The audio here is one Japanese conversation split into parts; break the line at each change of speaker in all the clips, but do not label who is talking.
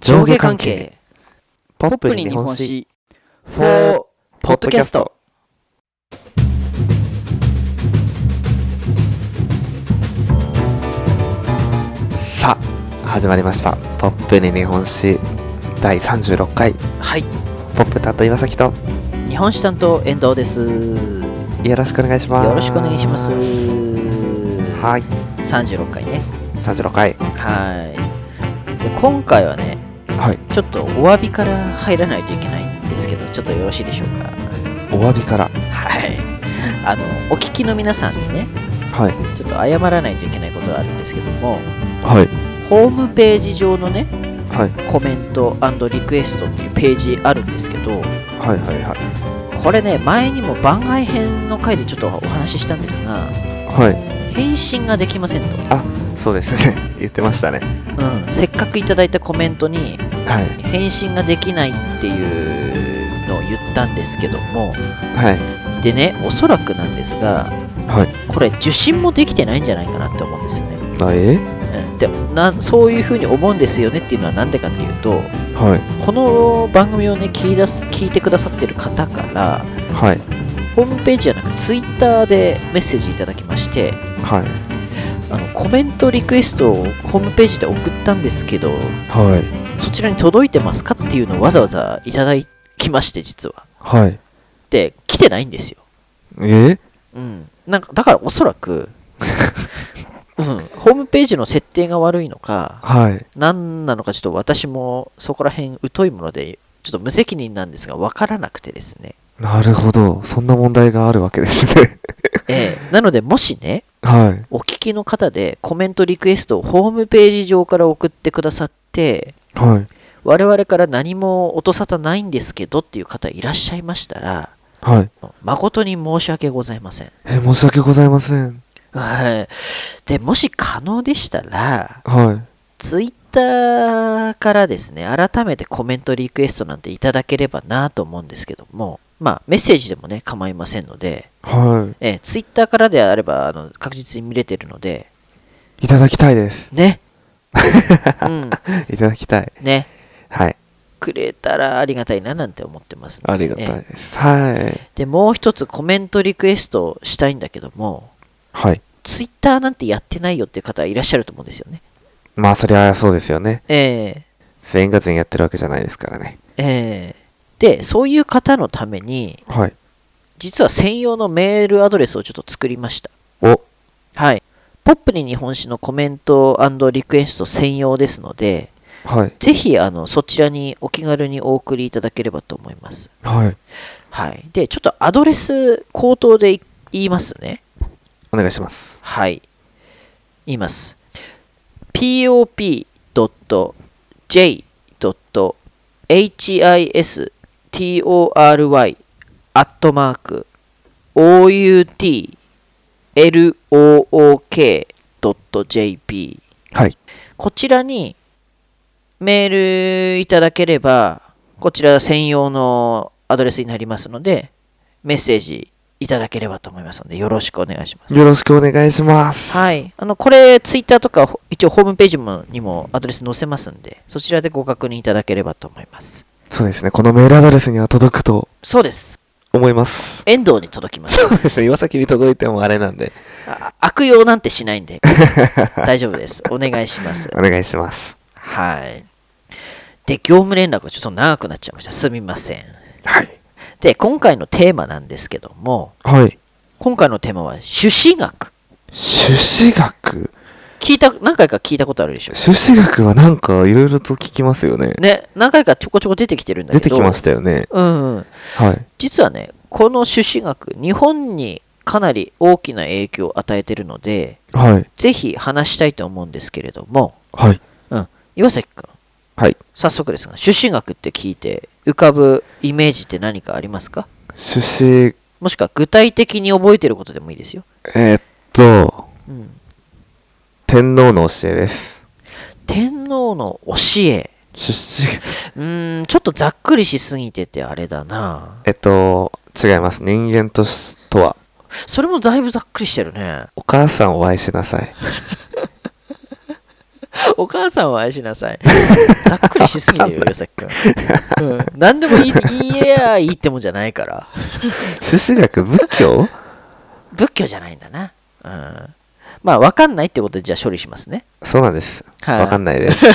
上下関係ポップに日本史 for ポッドキャストさあ始まりました「ポップに日本史」第36回
はい
ポップ担当岩崎と
日本史担当遠藤ですよ
よろしくお願いします
ろしくお願いします
はい
36回ね
36回
はいで今回はね
はい
ちょっとお詫びから入らないといけないんですけどちょっとよろしいでしょうか
お詫びから
はいあのお聞きの皆さんにね
はい
ちょっと謝らないといけないことがあるんですけども
はい
ホームページ上のね
はい
コメントリクエストっていうページあるんですけど
はいはいはい
これね前にも番外編の回でちょっとお話ししたんですが
はい
返信ができませんと、
そうですね 言ってましたね
うん、せっかくいただいたコメントに
はい
返信ができないっていうのを言ったんですけども
はい
でねおそらくなんですが
はい
これ受信もできてないんじゃないかなって思うんですよね、
あえ
うん、でなそういうふうに思うんですよねっていうのは何でかっていうと
はい
この番組をね聞いだす聞いてくださってる方から
はい
ホームページじゃなくツイッターでメッセージいただきまして
はい
あのコメントリクエストをホームページで送ったんですけど
はい
そちらに届いてますかっていうのをわざわざいただきまして実は
はい
で来てないんですよ、
え
うん、なんかだからおそらく、 うん、ホームページの設定が悪いのか
はい
何なのかちょっと私もそこら辺疎いものでちょっと無責任なんですが分からなくてです ね、
なるほど。そんな問題があるわけですね。
ええなのでもしね
はい。
お聞きの方でコメントリクエストをホームページ上から送ってくださって
はい。
我々から何も音沙汰ないんですけどっていう方いらっしゃいましたら
はい。
誠に申し訳ございません。
え、申し訳ございません。
はいで、もし可能でしたら、
は
ツイッターからですね、改めてコメントリクエストなんていただければなと思うんですけども、まあ、メッセージでもね、構いませんので、
い。は
えーツイッターからであればあの確実に見れてるので、
い。いただきたいです。
ね。うん、
いただきたい。
ね。
はい。
くれたらありがたいななんて思ってますの
あ
で
りがたい
えー
です。はい。
で、もう一つコメントリクエストしたいんだけども、
はい。
ツイッターなんてやってないよっていう方いらっしゃると思うんですよね。
まあ、そりゃそうですよね。
えー
全員が全員やってるわけじゃないですからね。
えーで、そういう方のために、
はい。
実は専用のメールアドレスをちょっと作りました。
お、
はい。ポップに日本史のコメントリクエスト専用ですので、
はい。
ぜひあのそちらにお気軽にお送りいただければと思います。
はい。
はい。で、ちょっとアドレス口頭でい言いますね。
お願いします。
はい。言います。pop.j.history アットマーク outlook.jp
はい。
こちらにメールいただければこちら専用のアドレスになりますのでメッセージいただければと思いますのでよろしくお願いします。
よろしくお願いします。
はい。あの、これ、ツイッターとか、ほ一応ホームページもにもアドレス載せますんで、そちらでご確認いただければと思います。
そうですね。このメールアドレスには届くと
そうです。
思います。
遠藤に届 きます。
そうですね。岩崎に届いてもあれなんで。
あ悪用なんてしないんで、大丈夫です。お願いします。
お願いします。
はい。で、業務連絡がちょっと長くなっちゃいました。すみません。
はい。
で、今回のテーマなんですけども、
はい。
今回のテーマは、朱子学。
朱子学
聞いた、何回か聞いたことあるでしょ
朱子学はなんかいろいろと聞きますよね。
ね、何回かちょこちょこ出てきてるんだけ
出
ど。
てきましたよね。
うん、うん。
はい。
実はねこの朱子学日本にかなり大きな影響を与えてるので
はい。
ぜひ話したいと思うんですけれども、
はい。
うん、岩崎君
はい。
早速ですが朱子学って聞いて浮かぶイメージって何かありますか
朱子、
もしくは具体的に覚えてることでもいいですよ、
えーっと、
うん、
天皇の教えです。
天皇の教え
朱子、
うーんちょっとざっくりしすぎててあれだな
えっと、違います。人間とし、とは、
それもだいぶざっくりしてるね
お母さんを愛しなさい。
お母さんを愛しなさい。ざっくりしすぎ てるよ、よさきくん。うん。何でも言い言えやいいってもんじゃないから。
朱子学仏教
仏教じゃないんだな。うん。まあ、わかんないってことで、じゃあ処理しますね。
そうなんです。
はい
わかんない です。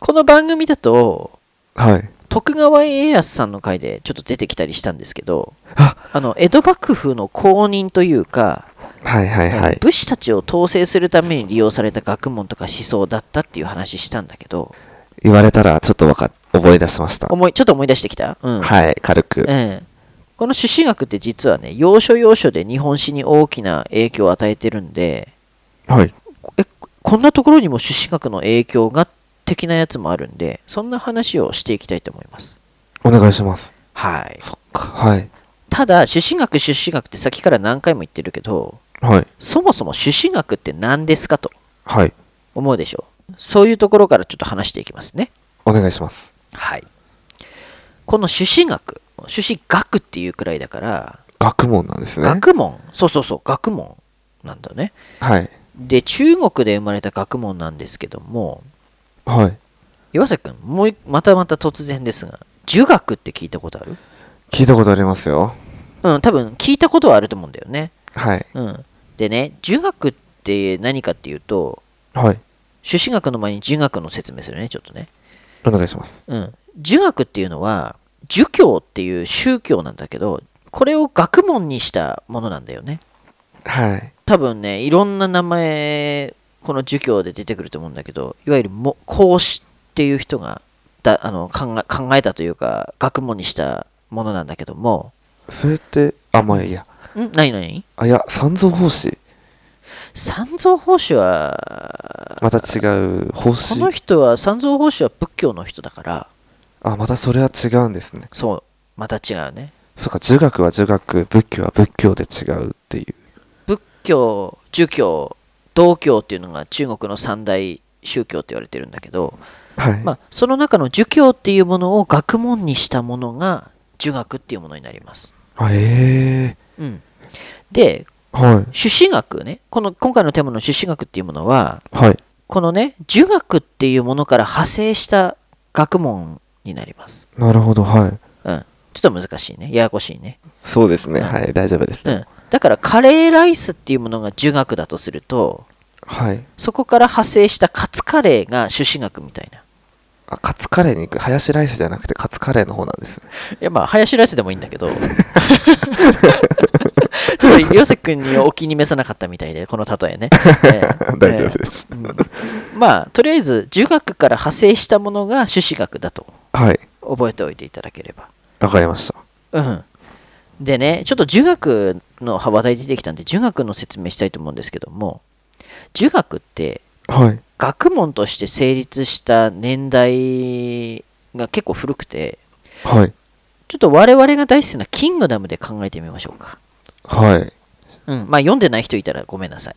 この番組だと、
はい。
徳川家康さんの回でちょっと出てきたりしたんですけど、
あ
あの、江戸幕府の公認というか、
はいはいはい。
武士たちを統制するために利用された学問とか思想だったっていう話したんだけど、
言われたらちょっとわか思い出しました。
思いちょっと思い出してきた、うん
はい、軽く。
ええこの朱子学って実はね要所要所で日本史に大きな影響を与えてるんで
はい。
えこんなところにも朱子学の影響が的なやつもあるんでそんな話をしていきたいと思います
お願いします。
はい
はい。
ただ朱子学朱子学って先から何回も言ってるけど
はい。
そもそも朱子学って何ですかと
はい。
思うでしょうそういうところからちょっと話していきますね
お願いします。
はいこの朱子学朱子学っていうくらいだから
学問なんですね。
学問そうそうそう学問なんだね
はい。
で中国で生まれた学問なんですけども
はい。
岩崎君もういまたまた突然ですが儒学って聞いたことある
聞いたことありますよ。
うん多分聞いたことはあると思うんだよね、
はい。
うん、でね儒学って何かっていうと
はい。
朱子学の前に儒学の説明するねちょっとね、
お願いします。
うん、儒学っていうのは儒教っていう宗教なんだけどこれを学問にしたものなんだよね
はい。
多分ねいろんな名前この儒教で出てくると思うんだけどいわゆるも孔子っていう人がだあの考え考えたというか学問にしたものなんだけども
それって、あ、まあいいや。
ん何何
あ、いや、三蔵法師。
三蔵法師は
また違う法
こ
師。
の人は三蔵法師は仏教の人だから
あ、またそれは違うんですね。
そうまた違うね
そうか、儒学は儒学、仏教は仏教で違うっていう。
仏教儒教道教っていうのが中国の三大宗教って言われてるんだけど、
はい。
まあ、その中の儒教っていうものを学問にしたものが儒学っていうものになります。
あ、ええ
うん、で
はい。
朱子学ねこの今回のテーマの朱子学っていうものは
はい。
このね儒学っていうものから派生した学問になります。
なるほど、はい。
うん、ちょっと難しいねややこしいね。
そうですね、
うん
はい、大丈夫です、
う
ね
ん、だからカレーライスっていうものが儒学だとすると
はい。
そこから派生したカツカレーが朱子学みたいな。
あ、カツカレーに行く。ハヤシライスじゃなくてカツカレーの方なんですね。
いやまあ、ハヤシライスでもいいんだ けど。ちょっと、ヨセ君にお気に召さなかったみたいで、この例 えね。ええ
大丈夫です。
ええうんまあ、とりあえず、儒学から派生したものが朱子学だと
はい。
覚えておいていただければ。
わかりました。
うん。でね、ちょっと儒学の話題出てきたんで、儒学の説明したいと思うんですけども、儒学って
はい。
学問として成立した年代が結構古くて、
はい。
ちょっと我々が大好きなキングダムで考えてみましょうか。
はい。
うん。まあ読んでない人いたらごめんなさい。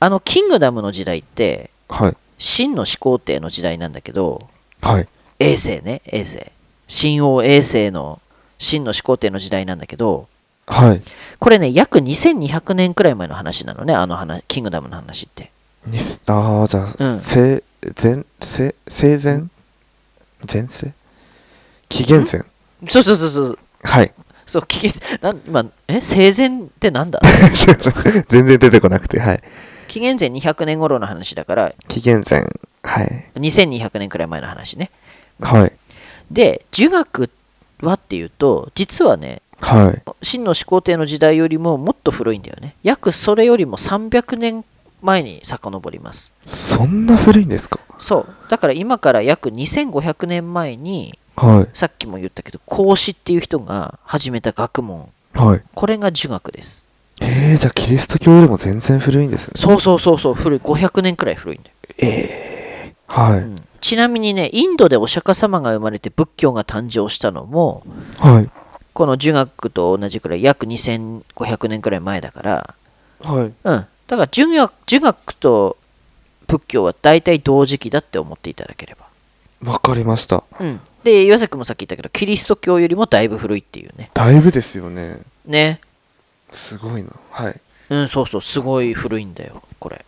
あの、キングダムの時代って、
はい。
秦の始皇帝の時代なんだけど、
はい。
衛星ね、衛星。秦王衛星の秦の始皇帝の時代なんだけど、
はい。
これね、約2200年くらい前の話なのね、あの話、キングダムの話って。
にすああ、じゃあ、
うん
せ前、せ生前前世紀元前。
そうそうそうそう。
はい。
そう、聞け、なん、今、え、生前ってなんだ
全然出てこなくて、はい。
紀元前200年頃の話だから、
紀元前。はい。
2200年くらい前の話ね。
はい。
で儒学はっていうと実はね
はい。
秦の始皇帝の時代よりももっと古いんだよね約それよりも300年前に遡ります
そんな古いんですか
そうだから今から約2500年前に
は
さっきも言ったけど孔子っていう人が始めた学問
い。はい。
これが儒学です
えー、じゃあキリスト教よりも全然古いんですね。
そうそうそうそう古い500年くらい古いんだよ、
はい。
うんちなみにねインドでお釈迦様が生まれて仏教が誕生したのも
はい。
この儒学と同じくらい約2500年くらい前だから
はい。
うん。だから儒学儒学と仏教は大体同時期だって思っていただければ。
わかりました。
うん。で、岩崎君もさっき言ったけど、キリスト教よりもだいぶ古いっていうね。
だいぶですよね。
ね。
すごいな。はい。
うん、そうそう、すごい古いんだよ、これ。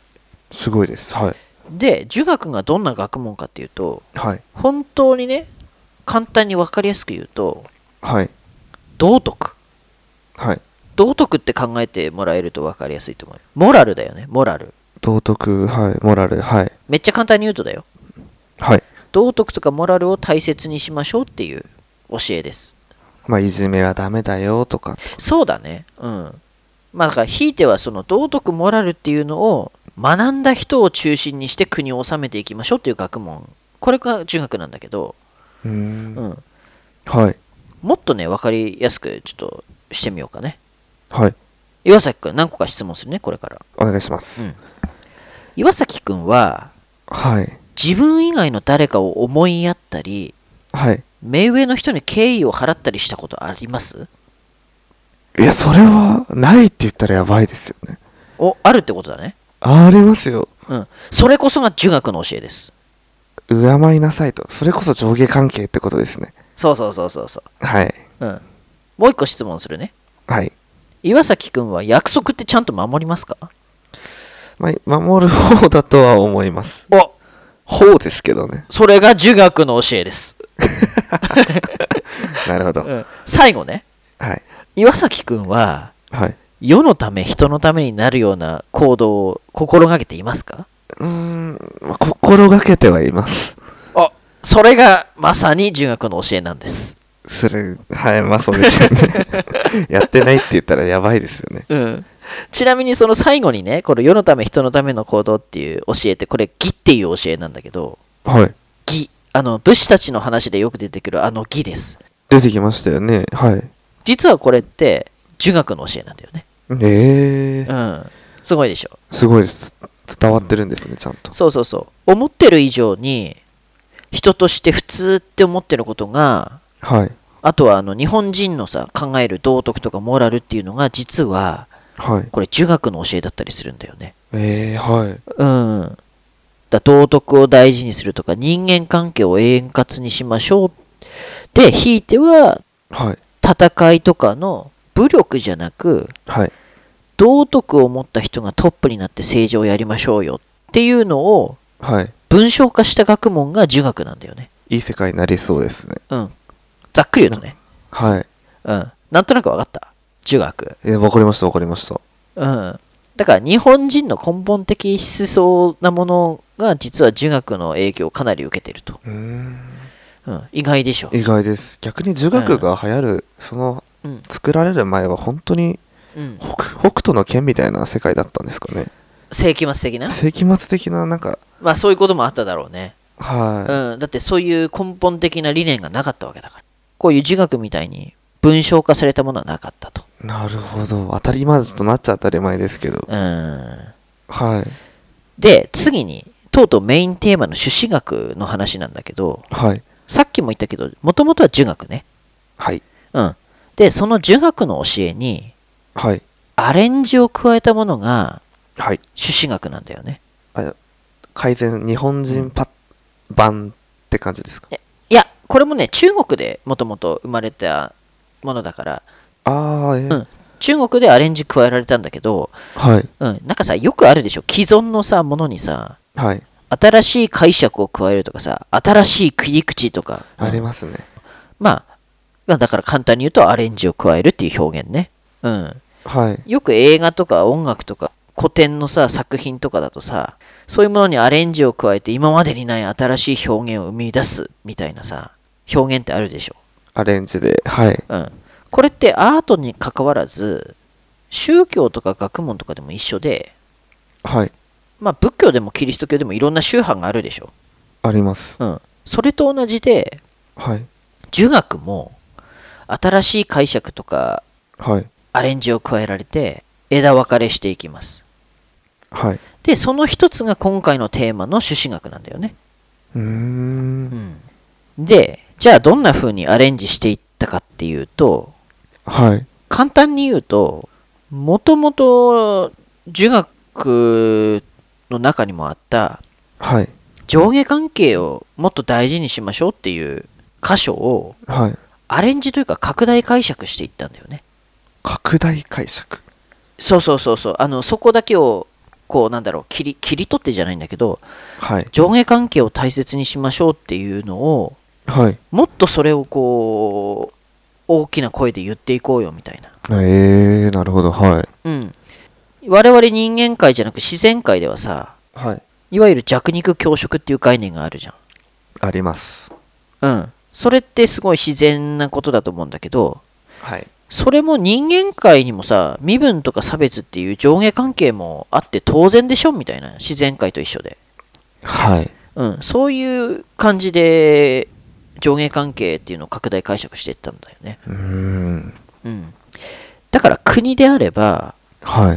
すごいです。はい。
で儒学がどんな学問かっていうと
はい
本当にね簡単に分かりやすく言うと
はい
道徳
はい
道徳って考えてもらえると分かりやすいと思うよモラルだよねモラル
道徳はいモラルはい
めっちゃ簡単に言うとだよ
はい
道徳とかモラルを大切にしましょうっていう教えです
まあいじめはダメだよとか
そうだねうんまあだからひいてはその道徳モラルっていうのを学んだ人を中心にして国を治めていきましょうっていう学問これが中学なんだけど、
うー
うんん、
はい
もっとね分かりやすくちょっとしてみようかね
はい
岩崎くん何個か質問するねこれから
お願いします、
うん岩崎くんは
はい
自分以外の誰かを思いやったり
はい
目上の人に敬意を払ったりしたことあります
いやそれはないって言ったらやばいですよね
おあるってことだね
ありますよ
うんそれこそが儒学の教えです
敬いなさいとそれこそ上下関係ってことですね
そうそうそうそうそ
はい。
ううんもう一個質問するね
はい。
岩崎くんは約束ってちゃんと守りますか
まあ、守る方だとは思います。
お
方ですけど ね。
それが儒学の教えです、
なるほ
う
ど。
ん、最後ね
はい。
岩崎くんは
はい。
世のため人のためになるような行動を心がけていますか
うーん、まあ心がけてはいます。
あそれがまさに儒学の教えなんです
それ、はい、まあそうですよ ね。やってないって言ったらやばいですよね。
うんちなみにその最後にねこの世のため人のための行動っていう教えってこれ義っていう教えなんだけど
はい。
義あの武士たちの話でよく出てくるあの義です
出てきましたよね。はい。
実はこれって儒学の教えなんだよね
え
う
ー、
んすごいでしょ
すごいです。伝わってるんですね、ちゃんと。
そうそうそう思ってる以上に人として普通って思ってることが
はい。
あとはあの日本人のさ考える道徳とかモラルっていうのが実は
はい。
これ儒学の教えだったりするんだよね。
えー、はい。
うん。だ道徳を大事にするとか人間関係を円滑にしましょう。で、ひいては
はい。
戦いとかの武力じゃなく
はい。
道徳を持った人がトップになって政治をやりましょうよっていうのを
はい。
文章化した学問が儒学なんだよね。
いい世界になりそうですね。
うん。ざっくり言うとね。
はい。
うん。なんとなくわかった。儒学。
えー、わかりました、わかりました。
うん、だから日本人の根本的思想なものが実は儒学の影響をかなり受けてると、
うーん。
うん、意外でしょ、
意外です逆に儒学が流行る、その
うん
作られる前は本当に
うん、
北北斗の剣みたいな世界だったんですかね
世紀末的な
世紀末的ななんか
まあそういうこともあっただろうね、
はい、
うん、だってそういう根本的な理念がなかったわけだからこういう儒学みたいに文章化されたものはなかったと、
なるほど当たり前となっちゃ当たり前ですけど
うん、
はい
で次にとうとうメインテーマの朱子学の話なんだけど
はい
さっきも言ったけどもともとは儒学ね、
はい
うん、でその儒学の教えに
はい
アレンジを加えたものが
はい
朱子学なんだよね。
改善日本人パ版って感じですか
いや、これもね、中国でもともと生まれたものだから、
ああえー
うん中国でアレンジ加えられたんだけど、
はい
うん、なんかさ、よくあるでしょ、既存のさ、ものにさ、
はい
新しい解釈を加えるとかさ、新しい切り口とか、うん
ありますね
まあ、だから簡単に言うとアレンジを加えるっていう表現ね。うん、
はい
よく映画とか音楽とか古典のさ作品とかだとさそういうものにアレンジを加えて今までにない新しい表現を生み出すみたいなさ表現ってあるでしょ、
アレンジではい
うん、これってアートに関わらず宗教とか学問とかでも一緒で、
はい
まあ、仏教でもキリスト教でもいろんな宗派があるでしょ、
あります
うん、それと同じで
はい
儒学も新しい解釈とか
はい
アレンジを加えられて枝分かれしていきます
はい
でその一つが今回のテーマの朱子学なんだよね、
うーん
でじゃあどんな風にアレンジしていったかっていうと
はい
簡単に言うともともと儒学の中にもあった
はい
上下関係をもっと大事にしましょうっていう箇所を
はい
アレンジというか拡大解釈していったんだよね
拡大解釈
そうそうそうそうあのそこだけをこうなんだろう切り切り取ってじゃないんだけど
はい
上下関係を大切にしましょうっていうのを
はい
もっとそれをこう大きな声で言っていこうよみたいな、
えー、なるほどはい
うん、我々人間界じゃなく自然界ではさ
はい
いわゆる弱肉強食っていう概念があるじゃん
あります
うん、それってすごい自然なことだと思うんだけど
はい
それも人間界にもさ身分とか差別っていう上下関係もあって当然でしょみたいな自然界と一緒で、
はい
うん、そういう感じで上下関係っていうのを拡大解釈していったんだよね、
うーん
うん、だから国であれば
はい
ま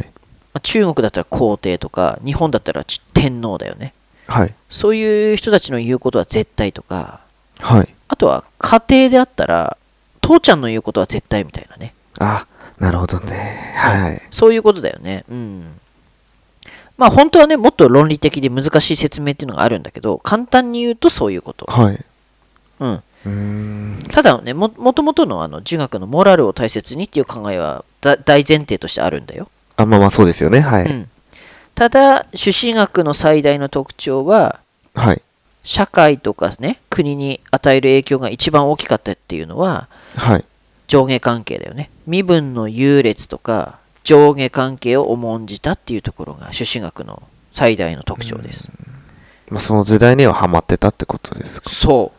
あ中国だったら皇帝とか日本だったらち天皇だよね
はい
そういう人たちの言うことは絶対とか
はい
あとは家庭であったら父ちゃんの言うことは絶対みたいなね
あなるほどねはい
そういうことだよね。うん。まあ本当はね、もっと論理的で難しい説明っていうのがあるんだけど、簡単に言うとそういうこと。
はい
うん。
うーん
ただね、も、もともとのあの儒学のモラルを大切にっていう考えはだ大前提としてあるんだよ。
あまあまあそうですよねはい、
うん。ただ、朱子学の最大の特徴は、
はい
社会とかね、国に与える影響が一番大きかったっていうのは、
はい
上下関係だよね。身分の優劣とか、上下関係を重んじたっていうところが朱子学の最大の特徴です。
まあその時代にはハマってたってことですか
そ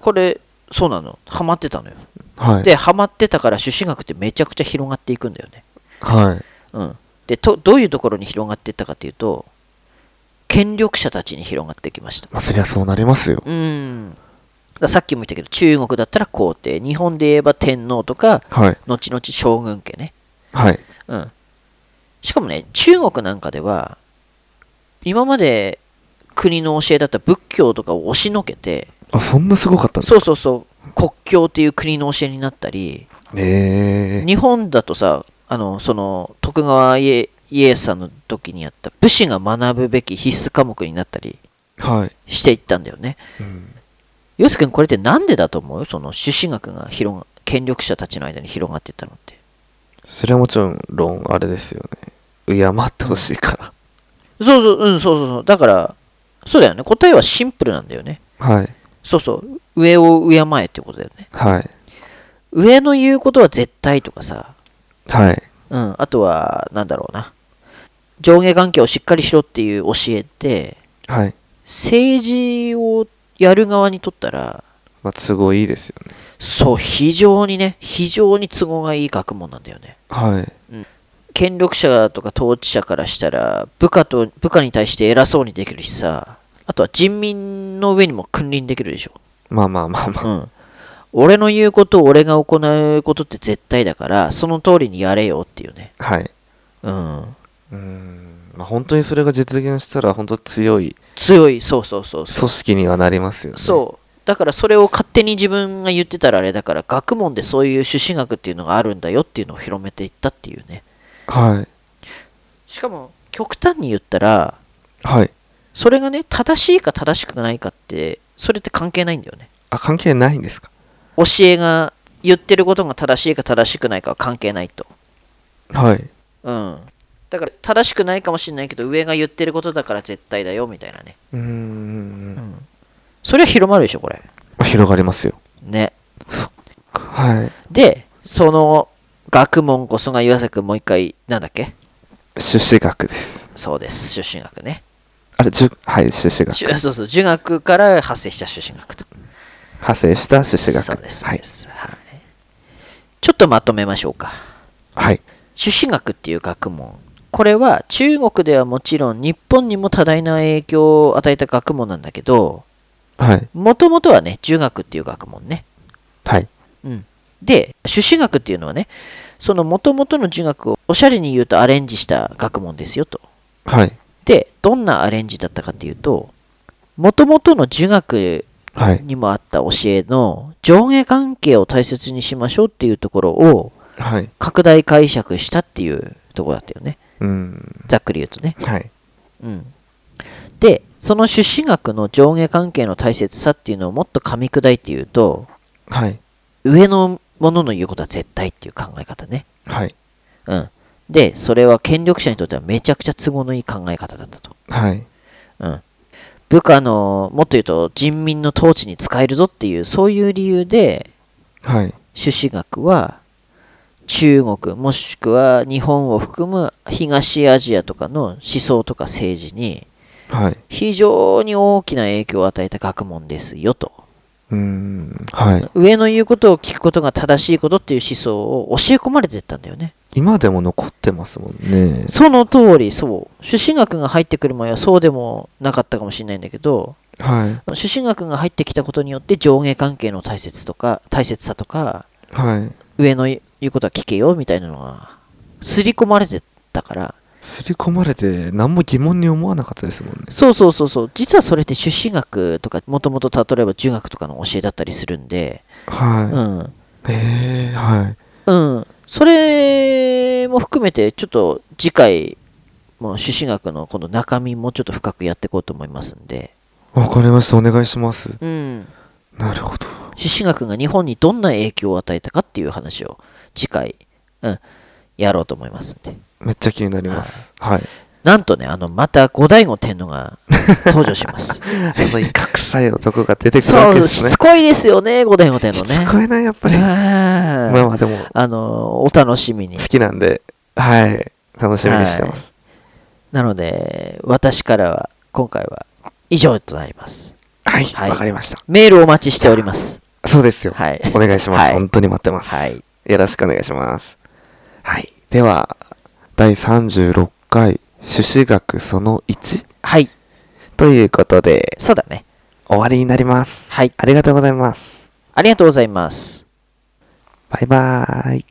うこれそうなのハマってたのよ、
はい
でハマってたから朱子学ってめちゃくちゃ広がっていくんだよね
はい
うんでとどういうところに広がっていったかというと権力者たちに広がってきました
まあそりゃそうなりますよ
うんだからさっきも言ったけど中国だったら皇帝日本で言えば天皇とか
はい
後々将軍家ね
はい
うんしかもね中国なんかでは今まで国の教えだった仏教とかを押しのけて
あそんなすごかったんです
そうそうそう国境っていう国の教えになったり
ええ
日本だとさあのその徳川家家康さんの時にやった武士が学ぶべき必須科目になったり
はい、
していったんだよね。
うん
よし君これってなんでだと思うその朱子学が広が権力者たちの間に広がっていったのって。
それはもちろん論あれですよね敬ってほしいか
そうそううんそうそうそうだからそうだよね答えはシンプルなんだよね。
らはい
そうそう上を敬えってことだよね。
はい
上の言うことは絶対とかさ
はい
うん、あとは、なんだろうな。上下関係をしっかりしろっていう教えって、
はい
政治をやる側にとったら、
まあ都合いいですよね
そう、非常にね、非常に都合がいい学問なんだよね。
はい
権力者とか統治者からしたら、部下と、部下に対して偉そうにできるしさ、あとは人民の上にも君臨できるでしょ。
まあまあまあま
う
あ、
ん。俺の言うことを俺が行うことって絶対だから、その通りにやれよっていうね。
はい
うん。
うんまあ本当にそれが実現したら本当強い
強い、そうそうそうそう。
組織にはなりますよね
そうだからそれを勝手に自分が言ってたらあれだから学問でそういう朱子学っていうのがあるんだよっていうのを広めていったっていうね
はい
しかも極端に言ったら
はい
それがね正しいか正しくないかってそれって関係ないんだよね
あ関係ないんですか
教えが言ってることが正しいか正しくないかは関係ないと
はい
うんだから正しくないかもしれないけど上が言ってることだから絶対だよみたいなね
うーん
それは広まるでしょこれ
まあ広がりますよ
ね
はい
でその学問こそが岩崎君もう一回なんだっけ
朱子学です
そうです、朱子学ね。
あれじゅはい朱子学
じゅそうそう、儒学から派生した朱子学と。
派生した朱子学
そうです、そう
はい
で、す、はいちょっとまとめましょうか。
はい、
朱子学っていう学問。これは中国ではもちろん日本にも多大な影響を与えた学問なんだけど、
はい
もともとはね、儒学っていう学問ね。
はい
うん。で、朱子学っていうのはね、そのもともとの儒学をおしゃれに言うとアレンジした学問ですよと。
はい
で、どんなアレンジだったかっていうと、もともとの儒学
はい
にもあった教えの上下関係を大切にしましょうっていうところを
はい
拡大解釈したっていうところだったよね。
うん
ざっくり言うとね。
はい
うん。で、その朱子学の上下関係の大切さっていうのをもっと噛み砕いて言うと、
はい
上のものの言うことは絶対っていう考え方ね。
はい
うん。で、それは権力者にとってはめちゃくちゃ都合のいい考え方だったと。
はい。
うん、部下のもっと言うと人民の統治に使えるぞっていうそういう理由で
はい。
朱子学は中国もしくは日本を含む東アジアとかの思想とか政治に
はい。
非常に大きな影響を与えた学問ですよと
うーん。はい。
上の言うことを聞くことが正しいことっていう思想を教え込まれてったんだよね
今でも残ってますもんね。
その通りそう朱子学が入ってくる前はそうでもなかったかもしれないんだけど
は
朱子学が入ってきたことによって上下関係の大切とか大切さとか
い。はい。
上の言うことは聞けよみたいなのが刷り込まれてたから
刷り込まれて何も疑問に思わなかったですもんね。
そうそうそうそう実はそれって朱子学とかもともと例えば儒学とかの教えだったりするんでう
は
ん
い。へえ、はい。
うんそれも含めてちょっと次回も朱子学のこの中身もちょっと深くやっていこうと思いますんで
わかりました。お願いします。
うん
なるほど。
朱子学が日本にどんな影響を与えたかっていう話を次回、うん、やろうと思いますんで。
めっちゃ気になります。はい。
なんとね、あの、また後醍醐天皇が登場します。
その威嚇臭い男が 出てくるわけ
そ
で
う、し
すね
つ。こいですよね、後醍醐天
し
皇ね。
つこいな、やっぱり。ま
あ
あ
ー
まあでも、
あの、お楽しみに
好。きなんで、はい。楽しみにしてます。
なので、私からは、今回は以上となります。
はい。わ、
はい
かりました。
メールお待ちしております。
そうですよ。
はい。
お願いします、
はい
本当に待ってます。
はい。
よろしくお願いします。はい。では、第36回、朱子学その1
はい。
ということで、
そうだね。
終わりになります。
はい。
ありがとうございます。
ありがとうございます。
バイバーイ。